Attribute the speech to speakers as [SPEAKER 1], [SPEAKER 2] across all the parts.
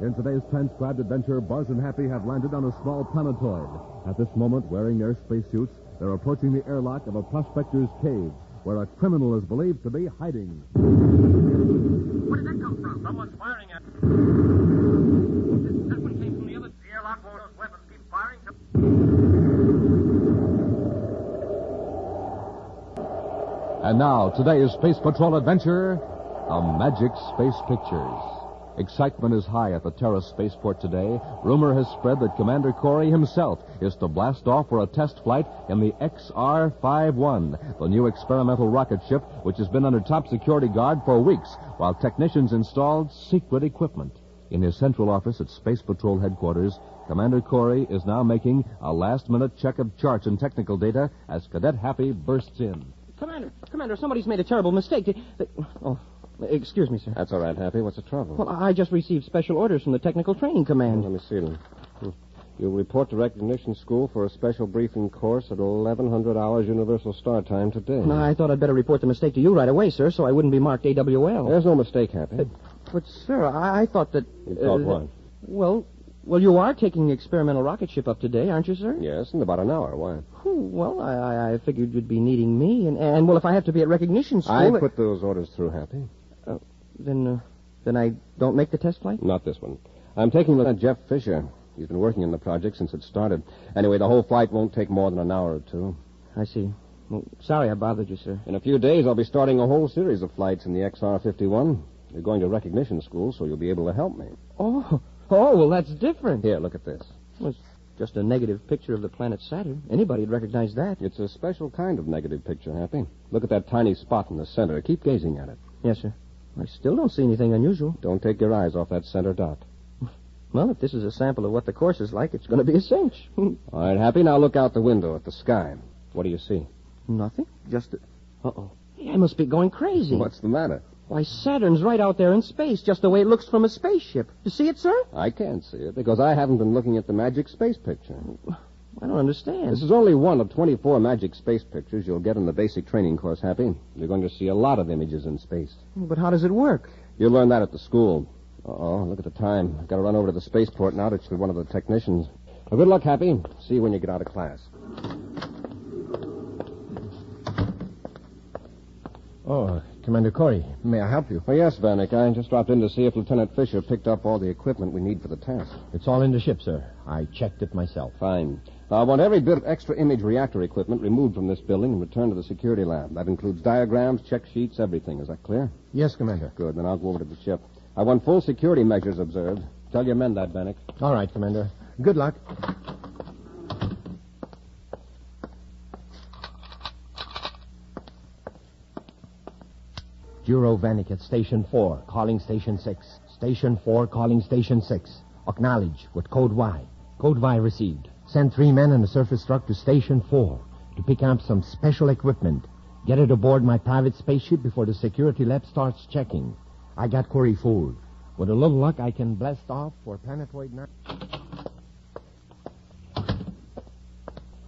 [SPEAKER 1] In today's transcribed adventure, Buzz and Happy have landed on a small planetoid. At this moment, wearing their spacesuits, they're approaching the airlock of a prospector's cave, where a criminal is believed to be hiding.
[SPEAKER 2] Where did that come from?
[SPEAKER 3] Someone's firing at me.
[SPEAKER 2] That that one came from the other.
[SPEAKER 3] The airlock won't those weapons keep firing. till-
[SPEAKER 1] And now, today's Space Patrol adventure a magic space pictures. Excitement is high at the Terra spaceport today. Rumor has spread that Commander Corey himself is to blast off for a test flight in the XR 51, the new experimental rocket ship which has been under top security guard for weeks while technicians installed secret equipment. In his central office at Space Patrol headquarters, Commander Corey is now making a last minute check of charts and technical data as Cadet Happy bursts in.
[SPEAKER 4] Commander, Commander, somebody's made a terrible mistake. They- they- oh, excuse me, sir.
[SPEAKER 5] That's all right, Happy. What's the trouble?
[SPEAKER 4] Well, I just received special orders from the Technical Training Command.
[SPEAKER 5] Let me see them. Hmm. You report to Recognition School for a special briefing course at 1100 hours Universal Star Time today.
[SPEAKER 4] Now, I thought I'd better report the mistake to you right away, sir, so I wouldn't be marked AWL.
[SPEAKER 5] There's no mistake, Happy.
[SPEAKER 4] Uh, But, sir, I, I thought that.
[SPEAKER 5] You thought
[SPEAKER 4] uh,
[SPEAKER 5] what?
[SPEAKER 4] Well, well, you are taking the experimental rocket ship up today, aren't you, sir?
[SPEAKER 5] Yes, in about an hour. Why?
[SPEAKER 4] Oh, well, I, I, I figured you'd be needing me, and, and well, if I have to be at recognition
[SPEAKER 5] I
[SPEAKER 4] school,
[SPEAKER 5] put those orders through, Happy.
[SPEAKER 4] then, uh, then I don't make the test flight.
[SPEAKER 5] Not this one. I'm taking Lieutenant Jeff Fisher. He's been working on the project since it started. Anyway, the whole flight won't take more than an hour or two.
[SPEAKER 4] I see. Well, sorry I bothered you, sir.
[SPEAKER 5] In a few days, I'll be starting a whole series of flights in the XR 51. You're going to recognition school, so you'll be able to help me.
[SPEAKER 4] Oh, oh, well, that's different.
[SPEAKER 5] Here, look at this.
[SPEAKER 4] Well, it's just a negative picture of the planet Saturn. Anybody'd recognize that.
[SPEAKER 5] It's a special kind of negative picture, Happy. Look at that tiny spot in the center. Keep gazing at it.
[SPEAKER 4] Yes, sir. I still don't see anything unusual.
[SPEAKER 5] Don't take your eyes off that center dot.
[SPEAKER 4] Well, if this is a sample of what the course is like, it's going to be a cinch.
[SPEAKER 5] All right, Happy, now look out the window at the sky. What do you see?
[SPEAKER 4] Nothing. Just a... Uh-oh. I must be going crazy.
[SPEAKER 5] What's the matter?
[SPEAKER 4] Why, Saturn's right out there in space, just the way it looks from a spaceship. You see it, sir?
[SPEAKER 5] I can't see it because I haven't been looking at the magic space picture.
[SPEAKER 4] I don't understand.
[SPEAKER 5] This is only one of 24 magic space pictures you'll get in the basic training course, Happy. You're going to see a lot of images in space.
[SPEAKER 4] But how does it work?
[SPEAKER 5] You'll learn that at the school. Uh-oh, look at the time. I've got to run over to the spaceport now to see one of the technicians. Well, good luck, Happy. See you when you get out of class.
[SPEAKER 6] Oh, Commander Corey, may I help you?
[SPEAKER 5] Oh, yes, Vanek. I just dropped in to see if Lieutenant Fisher picked up all the equipment we need for the test.
[SPEAKER 6] It's all in the ship, sir. I checked it myself.
[SPEAKER 5] Fine. Now, I want every bit of extra image reactor equipment removed from this building and returned to the security lab. That includes diagrams, check sheets, everything. Is that clear?
[SPEAKER 6] Yes, Commander.
[SPEAKER 5] Good. Then I'll go over to the ship. I want full security measures observed. Tell your men that, Vanek.
[SPEAKER 6] All right, Commander. Good luck. Juro Vanik at Station 4, calling Station 6. Station 4, calling Station 6. Acknowledge with Code Y. Code Y received. Send three men and a surface truck to Station 4 to pick up some special equipment. Get it aboard my private spaceship before the security lab starts checking. I got Corey fooled. With a little luck, I can blast off for planetoid 9.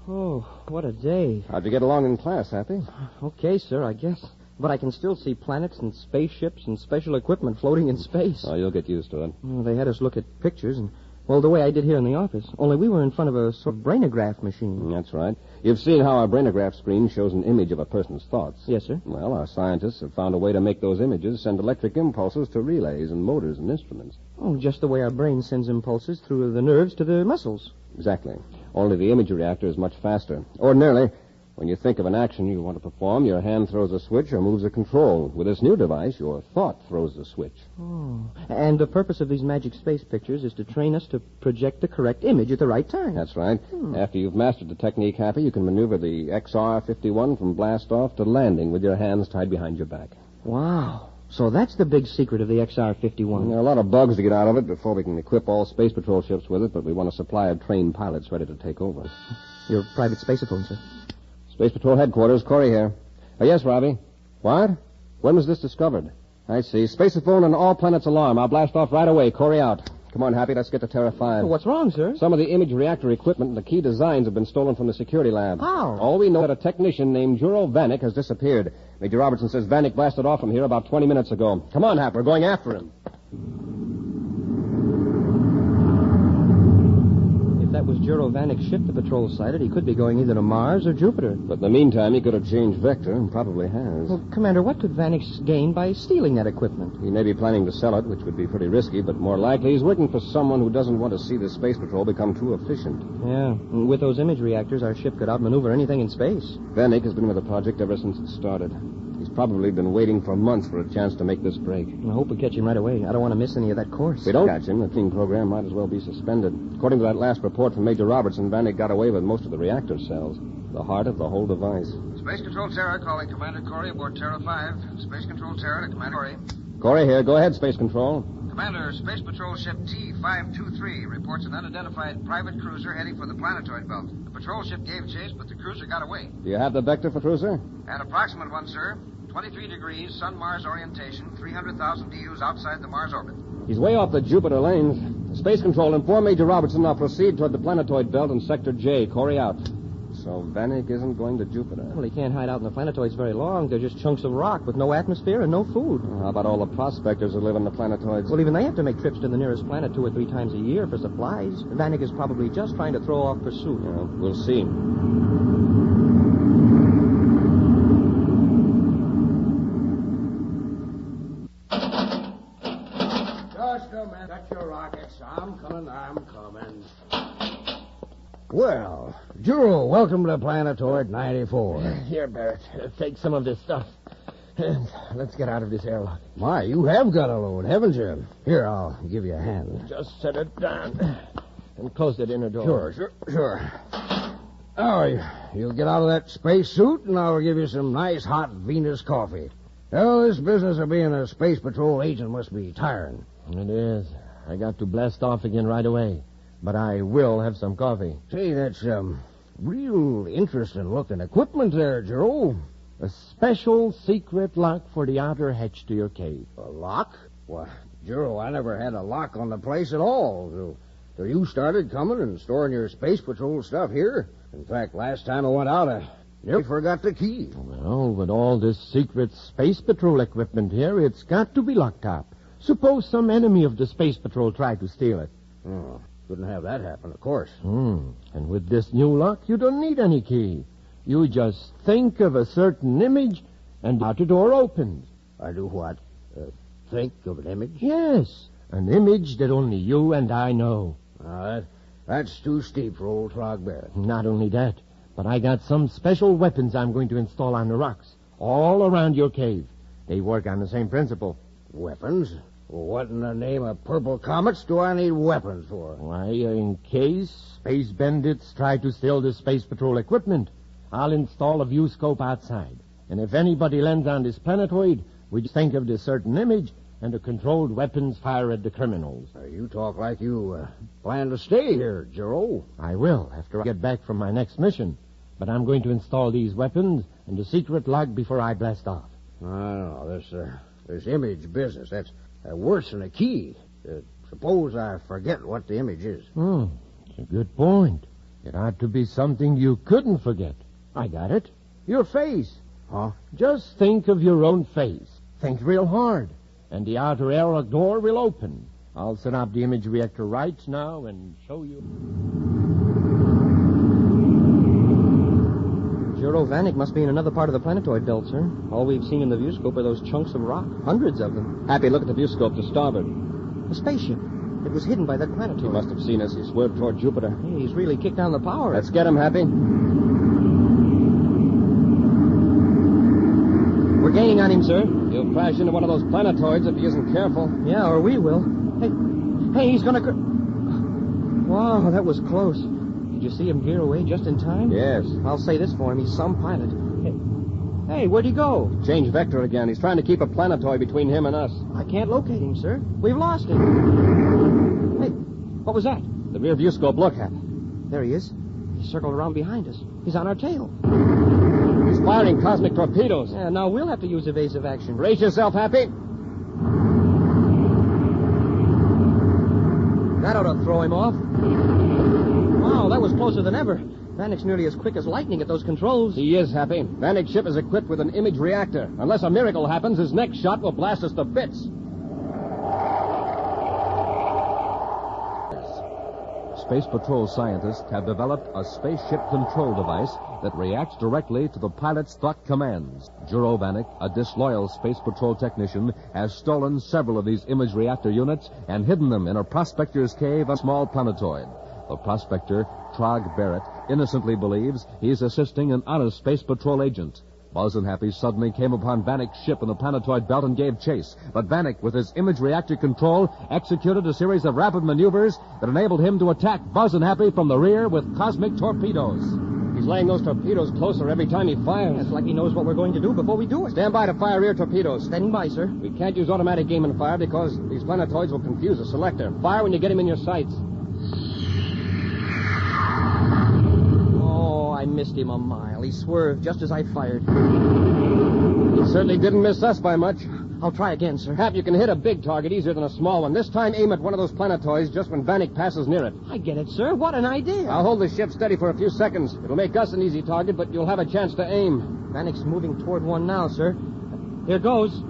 [SPEAKER 4] Oh, what a day.
[SPEAKER 5] How'd you get along in class, Happy?
[SPEAKER 4] Okay, sir, I guess. But I can still see planets and spaceships and special equipment floating in space.
[SPEAKER 5] Oh, you'll get used to it.
[SPEAKER 4] Well, they had us look at pictures, and well, the way I did here in the office. Only we were in front of a sort of brainograph machine.
[SPEAKER 5] That's right. You've seen how our brainograph screen shows an image of a person's thoughts.
[SPEAKER 4] Yes, sir.
[SPEAKER 5] Well, our scientists have found a way to make those images send electric impulses to relays and motors and instruments.
[SPEAKER 4] Oh, just the way our brain sends impulses through the nerves to the muscles.
[SPEAKER 5] Exactly. Only the image reactor is much faster. Ordinarily, when you think of an action you want to perform, your hand throws a switch or moves a control. With this new device, your thought throws the switch.
[SPEAKER 4] And the purpose of these magic space pictures is to train us to project the correct image at the right time.
[SPEAKER 5] That's right. After you've mastered the technique, Happy, you can maneuver the XR 51 from blast off to landing with your hands tied behind your back.
[SPEAKER 4] Wow. So that's the big secret of the XR-51.
[SPEAKER 5] There are a lot of bugs to get out of it before we can equip all Space Patrol ships with it, but we want a supply of trained pilots ready to take over.
[SPEAKER 4] Your private spaceophone, sir.
[SPEAKER 5] Space Patrol headquarters, Corey here. Oh, yes, Robbie. What? When was this discovered? I see. Spaceophone and all planets alarm. I'll blast off right away. Corey out. Come on, Happy, let's get to Terra 5.
[SPEAKER 4] What's wrong, sir?
[SPEAKER 5] Some of the image reactor equipment and the key designs have been stolen from the security lab.
[SPEAKER 4] How?
[SPEAKER 5] All we know that a technician named Juro Vanek has disappeared. Major Robertson says Vanek blasted off from here about 20 minutes ago. Come on, Hap, we're going after him.
[SPEAKER 7] Jurovanic's ship the patrol sighted, he could be going either to Mars or Jupiter.
[SPEAKER 8] But in the meantime, he could have changed vector, and probably has.
[SPEAKER 7] Well, Commander, what could Vanix gain by stealing that equipment?
[SPEAKER 8] He may be planning to sell it, which would be pretty risky, but more likely he's working for someone who doesn't want to see the space patrol become too efficient.
[SPEAKER 7] Yeah, and with those image reactors, our ship could outmaneuver anything in space.
[SPEAKER 8] Vanek has been with the project ever since it started. He's probably been waiting for months for a chance to make this break.
[SPEAKER 7] I hope we catch him right away. I don't want to miss any of that course.
[SPEAKER 8] If we don't catch him, the team program might as well be suspended. According to that last report from Major Robertson, Vanek got away with most of the reactor cells, the heart of the whole device.
[SPEAKER 9] Space Control Terra calling Commander Corey aboard Terra 5. Space Control Terra to Commander Corey.
[SPEAKER 8] Corey here. Go ahead, Space Control.
[SPEAKER 9] Commander, Space Patrol Ship T-523 reports an unidentified private cruiser heading for the planetoid belt. The patrol ship gave chase, but the cruiser got away.
[SPEAKER 8] Do you have the vector for Cruiser?
[SPEAKER 9] An approximate one, sir. 23 degrees, Sun-Mars orientation, 300,000 DUs outside the Mars orbit.
[SPEAKER 8] He's way off the Jupiter lanes. Space Control, inform Major Robertson now proceed toward the planetoid belt in Sector J. Corey out. So Vanek isn't going to Jupiter.
[SPEAKER 7] Well, he can't hide out in the planetoids very long. They're just chunks of rock with no atmosphere and no food.
[SPEAKER 8] How about all the prospectors who live on the planetoids?
[SPEAKER 7] Well, even they have to make trips to the nearest planet two or three times a year for supplies. Vanek is probably just trying to throw off pursuit.
[SPEAKER 8] Yeah, we'll see.
[SPEAKER 10] Just a minute. Got your rockets. I'm coming. I'm coming.
[SPEAKER 5] Well, Juro, welcome to Planetoid 94.
[SPEAKER 10] Here, Barrett. uh, Take some of this stuff. And let's get out of this airlock.
[SPEAKER 5] My, you have got a load, haven't you? Here, I'll give you a hand.
[SPEAKER 10] Just set it down. And close that inner door.
[SPEAKER 5] Sure, sure, sure. Now, you- you'll get out of that space suit, and I'll give you some nice hot Venus coffee. Well, this business of being a space patrol agent must be tiring.
[SPEAKER 4] It is. I got to blast off again right away. But I will have some coffee.
[SPEAKER 5] Say, that's, um, real interesting looking equipment there, Juro.
[SPEAKER 4] A special secret lock for the outer hatch to your cave.
[SPEAKER 5] A lock? Why, Juro, I never had a lock on the place at all. Till, till you started coming and storing your space patrol stuff here. In fact, last time I went out, I nearly forgot the key.
[SPEAKER 4] Well, with all this secret space patrol equipment here, it's got to be locked up. Suppose some enemy of the space patrol tried to steal it.
[SPEAKER 5] Oh, couldn't have that happen, of course.
[SPEAKER 4] Hmm. And with this new lock, you don't need any key. You just think of a certain image, and the outer door opens.
[SPEAKER 5] I do what? Uh, think of an image?
[SPEAKER 4] Yes, an image that only you and I know.
[SPEAKER 5] Now, that, that's too steep for old Frog Barrett.
[SPEAKER 4] Not only that, but I got some special weapons I'm going to install on the rocks, all around your cave. They work on the same principle.
[SPEAKER 5] Weapons? Well, what in the name of purple comets do I need weapons for?
[SPEAKER 4] Why, uh, in case space bandits try to steal the space patrol equipment, I'll install a view scope outside. And if anybody lands on this planetoid, we just think of this certain image, and the controlled weapons fire at the criminals.
[SPEAKER 5] Uh, you talk like you uh, plan to stay here, Juro.
[SPEAKER 4] I will, after I get back from my next mission. But I'm going to install these weapons and the secret log before I blast off.
[SPEAKER 5] I don't know. This, uh, this image business, that's uh, worse than a key. Uh, suppose I forget what the image is.
[SPEAKER 4] Hmm, it's a good point. It ought to be something you couldn't forget. I got it. Your face.
[SPEAKER 5] Huh?
[SPEAKER 4] Just think of your own face. Think real hard. And the outer airlock door will open. I'll set up the image reactor right now and show you.
[SPEAKER 7] Juro Vanek must be in another part of the planetoid belt, sir. All we've seen in the viewscope are those chunks of rock, hundreds of them.
[SPEAKER 8] Happy, look at the viewscope to starboard.
[SPEAKER 7] A spaceship. It was hidden by that
[SPEAKER 8] He
[SPEAKER 7] planetoid.
[SPEAKER 8] must have seen us. He swerved toward Jupiter.
[SPEAKER 7] Hey, he's really kicked down the power.
[SPEAKER 8] Let's get him, Happy.
[SPEAKER 7] We're gaining on him, sir.
[SPEAKER 8] He'll crash into one of those planetoids if he isn't careful.
[SPEAKER 7] Yeah, or we will. Hey, hey, he's gonna. Cr- wow, that was close. Did you see him gear away just in time?
[SPEAKER 8] Yes.
[SPEAKER 7] I'll say this for him. He's some pilot. Hey, hey, where'd he go?
[SPEAKER 8] Change vector again. He's trying to keep a planetoid between him and us.
[SPEAKER 7] I can't locate him, sir. We've lost him. Hey, what was that?
[SPEAKER 8] The rear view scope, look, Happy.
[SPEAKER 7] There he is. He circled around behind us. He's on our tail.
[SPEAKER 8] He's firing cosmic torpedoes.
[SPEAKER 7] Yeah, now we'll have to use evasive action.
[SPEAKER 8] Brace yourself, Happy.
[SPEAKER 7] That ought to throw him off. Wow, that was closer than ever. Vanek's nearly as quick as lightning at those controls.
[SPEAKER 8] He is happy. Vanik's ship is equipped with an image reactor. Unless a miracle happens, his next shot will blast us to bits.
[SPEAKER 11] Space Patrol scientists have developed a spaceship control device that reacts directly to the pilot's thought commands. Juro Vanek, a disloyal Space Patrol technician, has stolen several of these image reactor units and hidden them in a prospector's cave on a small planetoid. The prospector, Trog Barrett, innocently believes he's assisting an honest Space Patrol agent. Buzz and Happy suddenly came upon Vanek's ship in the planetoid belt and gave chase. But Vanek, with his image reactor control, executed a series of rapid maneuvers that enabled him to attack Buzz and Happy from the rear with cosmic torpedoes.
[SPEAKER 4] He's laying those torpedoes closer every time he fires.
[SPEAKER 12] It's like he knows what we're going to do before we do it.
[SPEAKER 4] Stand by to fire rear torpedoes.
[SPEAKER 12] Standing by, sir.
[SPEAKER 4] We can't use automatic aim and fire because these planetoids will confuse the selector. Fire when you get him in your sights.
[SPEAKER 12] Oh, I missed him a mile. He swerved just as I fired.
[SPEAKER 4] He certainly didn't miss us by much.
[SPEAKER 12] I'll try again, sir.
[SPEAKER 4] Hap, you can hit a big target easier than a small one. This time, aim at one of those planetoids just when Vanek passes near it.
[SPEAKER 12] I get it, sir. What an idea.
[SPEAKER 4] I'll hold the ship steady for a few seconds. It'll make us an easy target, but you'll have a chance to aim.
[SPEAKER 12] Vanek's moving toward one now, sir. Here goes.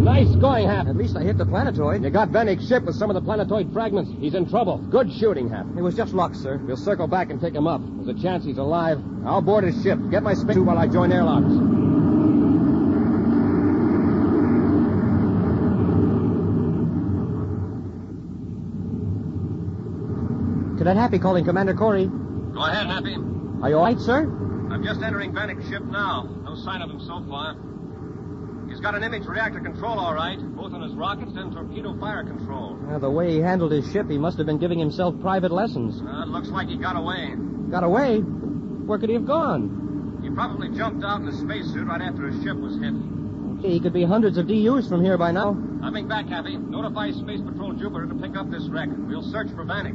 [SPEAKER 4] Nice going, Hap.
[SPEAKER 12] At least I hit the planetoid.
[SPEAKER 4] You got Vanek's ship with some of the planetoid fragments. He's in trouble. Good shooting, Hap.
[SPEAKER 12] It was just luck, sir.
[SPEAKER 4] We'll circle back and pick him up. There's a chance he's alive. I'll board his ship. Get my space while I join airlocks.
[SPEAKER 12] Cadet Happy calling Commander Corey.
[SPEAKER 3] Go ahead, Happy.
[SPEAKER 12] Are you all right, sir?
[SPEAKER 3] I'm just entering Vanek's ship now. No sign of him so far. He's got an image reactor control, all right, both on his rockets and torpedo fire control.
[SPEAKER 4] Uh,
[SPEAKER 12] Well, the way he handled his ship, he must have been giving himself private lessons.
[SPEAKER 3] Uh, it looks like he got away.
[SPEAKER 12] Got away? Where could he have gone?
[SPEAKER 3] He probably jumped out in a spacesuit right after his ship was hit.
[SPEAKER 12] Gee, he could be hundreds of DUs from here by now.
[SPEAKER 3] Coming back, Happy. Notify Space Patrol Jupiter to pick up this wreck. We'll search for Vanek.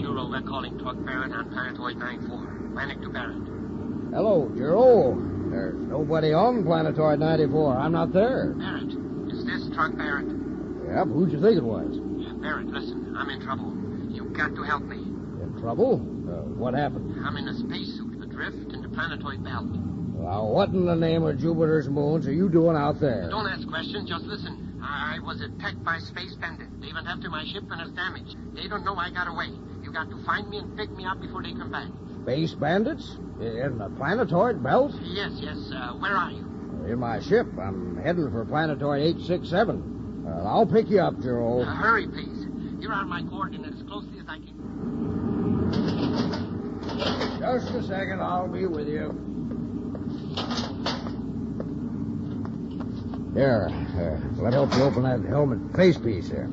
[SPEAKER 13] Juro, we're calling Torque Barrett on Planetoid 9-4. Vanek to Barrett.
[SPEAKER 5] Hello, Juro. There's nobody on Planetoid 94. I'm not there.
[SPEAKER 13] Barrett, is this Truck Barrett?
[SPEAKER 5] Yep, who'd you think it was?
[SPEAKER 13] Barrett, listen, I'm in trouble. You've got to help me.
[SPEAKER 5] In trouble? Uh, what happened?
[SPEAKER 13] I'm in a spacesuit adrift in the planetoid belt.
[SPEAKER 5] Now, what in the name of Jupiter's moons are you doing out there?
[SPEAKER 13] Don't ask questions, just listen. I was attacked by space bandits. They went after my ship and it's damaged. They don't know I got away. You got to find me and pick me up before they come back.
[SPEAKER 5] Space bandits? In the planetoid belt?
[SPEAKER 13] Yes, yes, uh, where are you?
[SPEAKER 5] In my ship. I'm heading for planetoid 867. Uh, I'll pick you up, Juro.
[SPEAKER 13] Uh, hurry, please. Here are my coordinates as closely as I can.
[SPEAKER 5] Just a second, I'll be with you. Here, uh, let me help you open that helmet face piece here.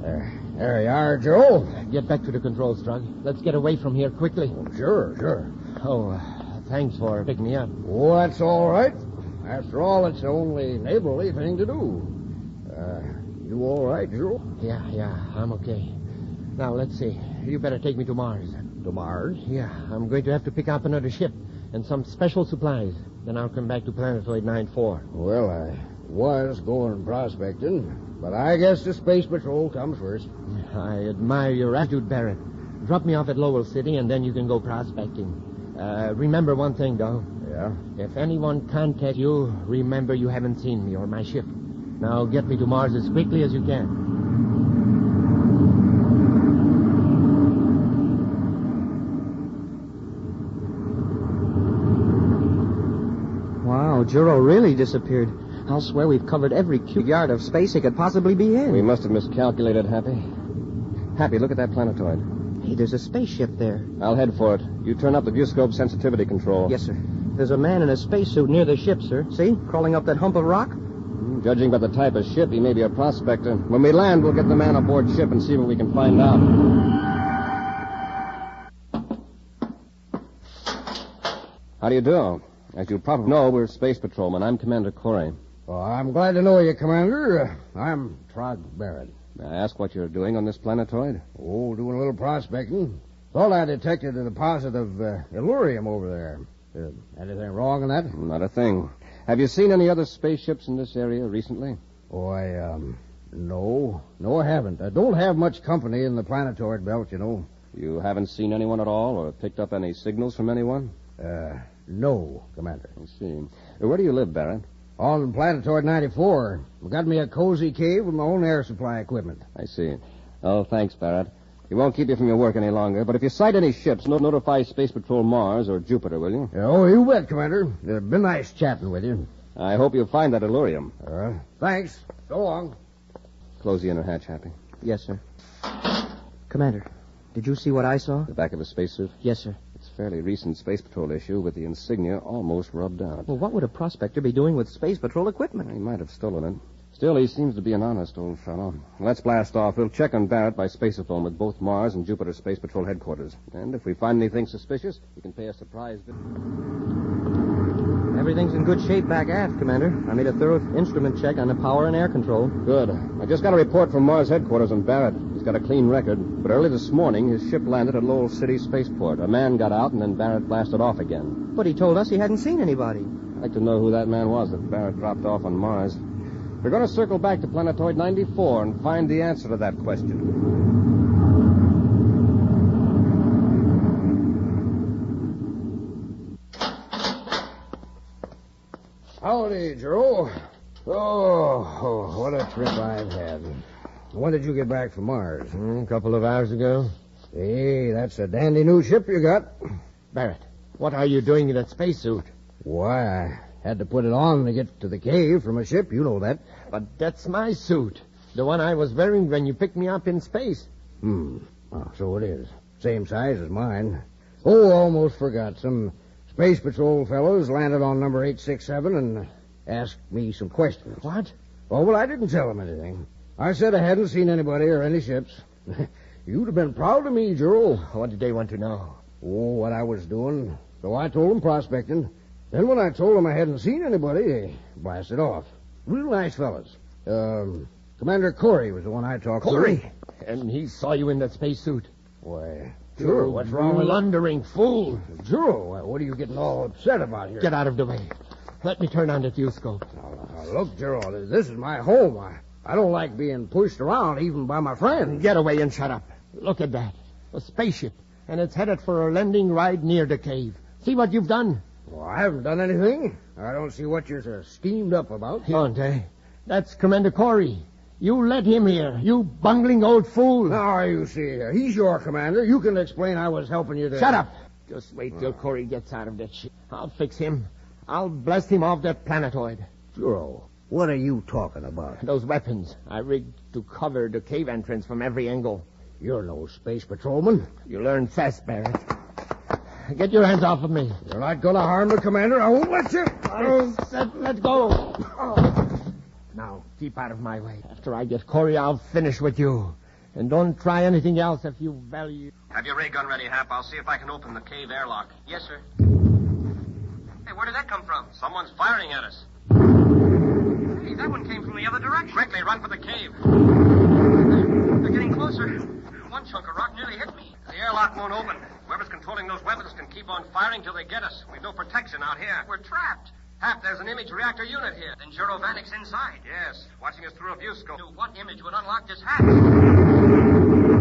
[SPEAKER 5] There, there you are, Joe.
[SPEAKER 14] Uh, Get back to the controls, Strug. Let's get away from here quickly.
[SPEAKER 5] Sure, sure.
[SPEAKER 14] Oh, uh, thanks for picking me up.
[SPEAKER 5] Oh, that's all right. After all, it's the only neighborly thing to do. Uh, you all right, Joe?
[SPEAKER 14] Yeah, yeah, I'm okay. Now, let's see. You better take me to Mars.
[SPEAKER 5] To Mars?
[SPEAKER 14] Yeah, I'm going to have to pick up another ship and some special supplies. Then I'll come back to Planetoid 9-4.
[SPEAKER 5] Well, I was going prospecting, but I guess the space patrol comes first.
[SPEAKER 14] I admire your attitude, Barrett. Drop me off at Lowell City, and then you can go prospecting. Uh, remember one thing, though.
[SPEAKER 5] Yeah.
[SPEAKER 14] If anyone contacts you, remember you haven't seen me or my ship. Now get me to Mars as quickly as you can.
[SPEAKER 12] Wow, Juro really disappeared. I'll swear we've covered every cubic yard of space he could possibly be in.
[SPEAKER 4] We must have miscalculated, Happy. Happy, look at that planetoid.
[SPEAKER 12] Hey, there's a spaceship there.
[SPEAKER 4] I'll head for it. You turn up the viewscope sensitivity control.
[SPEAKER 12] Yes, sir. There's a man in a spacesuit near the ship, sir. See? Crawling up that hump of rock?
[SPEAKER 4] Judging by the type of ship, he may be a prospector. When we land, we'll get the man aboard ship and see what we can find out. How do you do? As you probably know, we're Space Patrolmen. I'm Commander Corey.
[SPEAKER 5] Well, I'm glad to know you, Commander. Uh, I'm Trog Barrett.
[SPEAKER 4] May I ask what you're doing on this planetoid?
[SPEAKER 5] Oh, doing a little prospecting. Thought I detected a deposit of uh, Illurium over there. Uh, anything wrong in that?
[SPEAKER 4] Not a thing. Have you seen any other spaceships in this area recently?
[SPEAKER 5] Oh, I, um, no. No, I haven't. I don't have much company in the planetoid belt, you know.
[SPEAKER 4] You haven't seen anyone at all or picked up any signals from anyone?
[SPEAKER 5] Uh, no, Commander.
[SPEAKER 4] I see. Where do you live, Barrett?
[SPEAKER 5] On Planetoid 94. Got me a cozy cave with my own air supply equipment.
[SPEAKER 15] I see. Oh, thanks, Barrett. It won't keep you from your work any longer, but if you sight any ships, no- notify Space Patrol Mars or Jupiter, will you?
[SPEAKER 5] Oh, you bet, Commander. It's been nice chatting with you.
[SPEAKER 15] I hope you find that Illyrium.
[SPEAKER 5] Uh, thanks. So long.
[SPEAKER 15] Close the inner hatch, Happy.
[SPEAKER 16] Yes, sir. Commander, did you see what I saw?
[SPEAKER 15] The back of a spacesuit.
[SPEAKER 16] Yes, sir.
[SPEAKER 15] It's a fairly recent Space Patrol issue with the insignia almost rubbed out.
[SPEAKER 16] Well, what would a prospector be doing with Space Patrol equipment?
[SPEAKER 15] He might have stolen it. Still, he seems to be an honest old fellow. Let's blast off. We'll check on Barrett by spaceophone with both Mars and Jupiter Space Patrol headquarters. And if we find anything suspicious, we can pay a surprise visit.
[SPEAKER 16] Everything's in good shape back aft, Commander. I made a thorough instrument check on the power and air control.
[SPEAKER 15] Good. I just got a report from Mars headquarters on Barrett. He's got a clean record, but early this morning his ship landed at Lowell City Spaceport. A man got out, and then Barrett blasted off again.
[SPEAKER 16] But he told us he hadn't seen anybody.
[SPEAKER 15] I'd like to know who that man was that Barrett dropped off on Mars. We're going to circle back to planetoid 94 and find the answer to that question.
[SPEAKER 5] Howdy, Joe. Oh, what a trip I've had. When did you get back from Mars?
[SPEAKER 4] Hmm, a couple of hours ago.
[SPEAKER 5] Hey, that's a dandy new ship you got.
[SPEAKER 4] Barrett, what are you doing in that spacesuit?
[SPEAKER 5] Why, I had to put it on to get to the cave from a ship. You know that.
[SPEAKER 4] But that's my suit. The one I was wearing when you picked me up in space.
[SPEAKER 5] Hmm. Oh, so it is. Same size as mine. Oh, almost forgot. Some Space Patrol fellows landed on number 867 and asked me some questions.
[SPEAKER 4] What?
[SPEAKER 5] Oh, well, I didn't tell them anything. I said I hadn't seen anybody or any ships. You'd have been proud of me, Gerald.
[SPEAKER 4] What did they want to know?
[SPEAKER 5] Oh, what I was doing. So I told them prospecting. Then when I told them I hadn't seen anybody, they blasted off. Real nice fellas. Um, Commander Corey was the one I talked to.
[SPEAKER 4] Corey! And he saw you in that spacesuit.
[SPEAKER 5] Why,
[SPEAKER 4] Sure,
[SPEAKER 5] Gerald, what's wrong with
[SPEAKER 4] Blundering fool.
[SPEAKER 5] Gerald, uh, what are you getting all upset about here?
[SPEAKER 4] Get out of the way. Let me turn on the fuse scope.
[SPEAKER 5] Now, now, look, Gerald, this is my home. I, I don't like being pushed around even by my friends.
[SPEAKER 4] Get away and shut up. Look at that. A spaceship. And it's headed for a landing right near the cave. See what you've done?
[SPEAKER 5] Well, I haven't done anything. I don't see what you're so steamed up about.
[SPEAKER 4] Don't, eh? That's Commander Corey. You led him here. You bungling old fool.
[SPEAKER 5] Now, you see, here, he's your commander. You can explain I was helping you to...
[SPEAKER 4] Shut up. Just wait till Corey gets out of that shit. I'll fix him. I'll blast him off that planetoid.
[SPEAKER 5] Gerald, what are you talking about?
[SPEAKER 4] Those weapons I rigged to cover the cave entrance from every angle.
[SPEAKER 5] You're no space patrolman.
[SPEAKER 4] You learn fast, Barrett. Get your hands off of me.
[SPEAKER 5] You're not going to harm the commander. I won't let you.
[SPEAKER 4] I said let go. Oh. Now, keep out of my way. After I get Corey, I'll finish with you. And don't try anything else if you value...
[SPEAKER 3] Have your ray gun ready, Hap. I'll see if I can open the cave airlock. Yes, sir. Hey, where did that come from? Someone's firing at us. Hey, that one came from the other direction. Quickly, run for the cave. They're, they're getting closer. One chunk of rock nearly hit me. The airlock won't open. Whoever's controlling those weapons can keep on firing till they get us. We've no protection out here. We're trapped. Hap, there's an image reactor unit here. Then Juro Vanik's inside. Yes, watching us through a view scope. What image would unlock this hatch?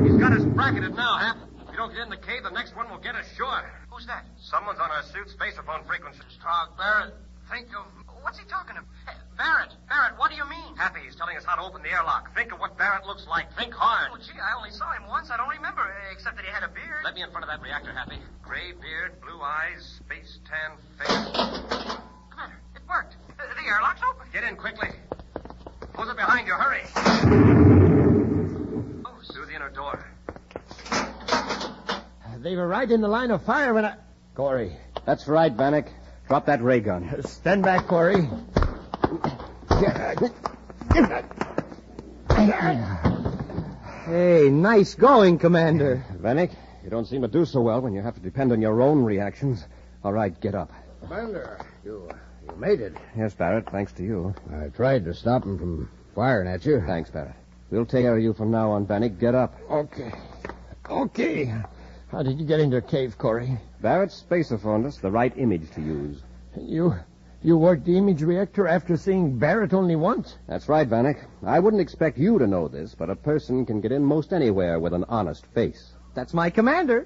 [SPEAKER 3] He's got us bracketed now, Hap. If we don't get in the cave, the next one will get us sure. Who's that? Someone's on our suit spaceophone frequency. Strog, Barrett, think of... What's he talking about? Hey, Barrett, Barrett, what do you mean? Happy, he's telling us how to open the airlock. Think of what Barrett looks like. Think hard. Oh, gee, I only saw him once. I don't remember, eh, except that he had a beard. Let me in front of that reactor, Happy. Gray beard, blue eyes, space tan face. Commander, it worked. The, the airlock's open. Get in quickly. Close it behind you. Hurry. Oh, through the inner door.
[SPEAKER 4] They were right in the line of fire when I... Corey.
[SPEAKER 15] That's right, Bannock. Drop that ray gun.
[SPEAKER 4] Stand back, Corey.
[SPEAKER 16] Hey, nice going, Commander.
[SPEAKER 15] Vanek, you don't seem to do so well when you have to depend on your own reactions. All right, get up.
[SPEAKER 5] Commander, you, you made it.
[SPEAKER 15] Yes, Barrett, thanks to you.
[SPEAKER 5] I tried to stop him from firing at you.
[SPEAKER 15] Thanks, Barrett. We'll take care of you from now on, Vanek. Get up.
[SPEAKER 4] Okay. Okay. How did you get into the cave, Corey?
[SPEAKER 15] Barrett spaceophoned us the right image to use.
[SPEAKER 4] You... You worked the image reactor after seeing Barrett only once?
[SPEAKER 15] That's right, Vanek. I wouldn't expect you to know this, but a person can get in most anywhere with an honest face.
[SPEAKER 16] That's my commander.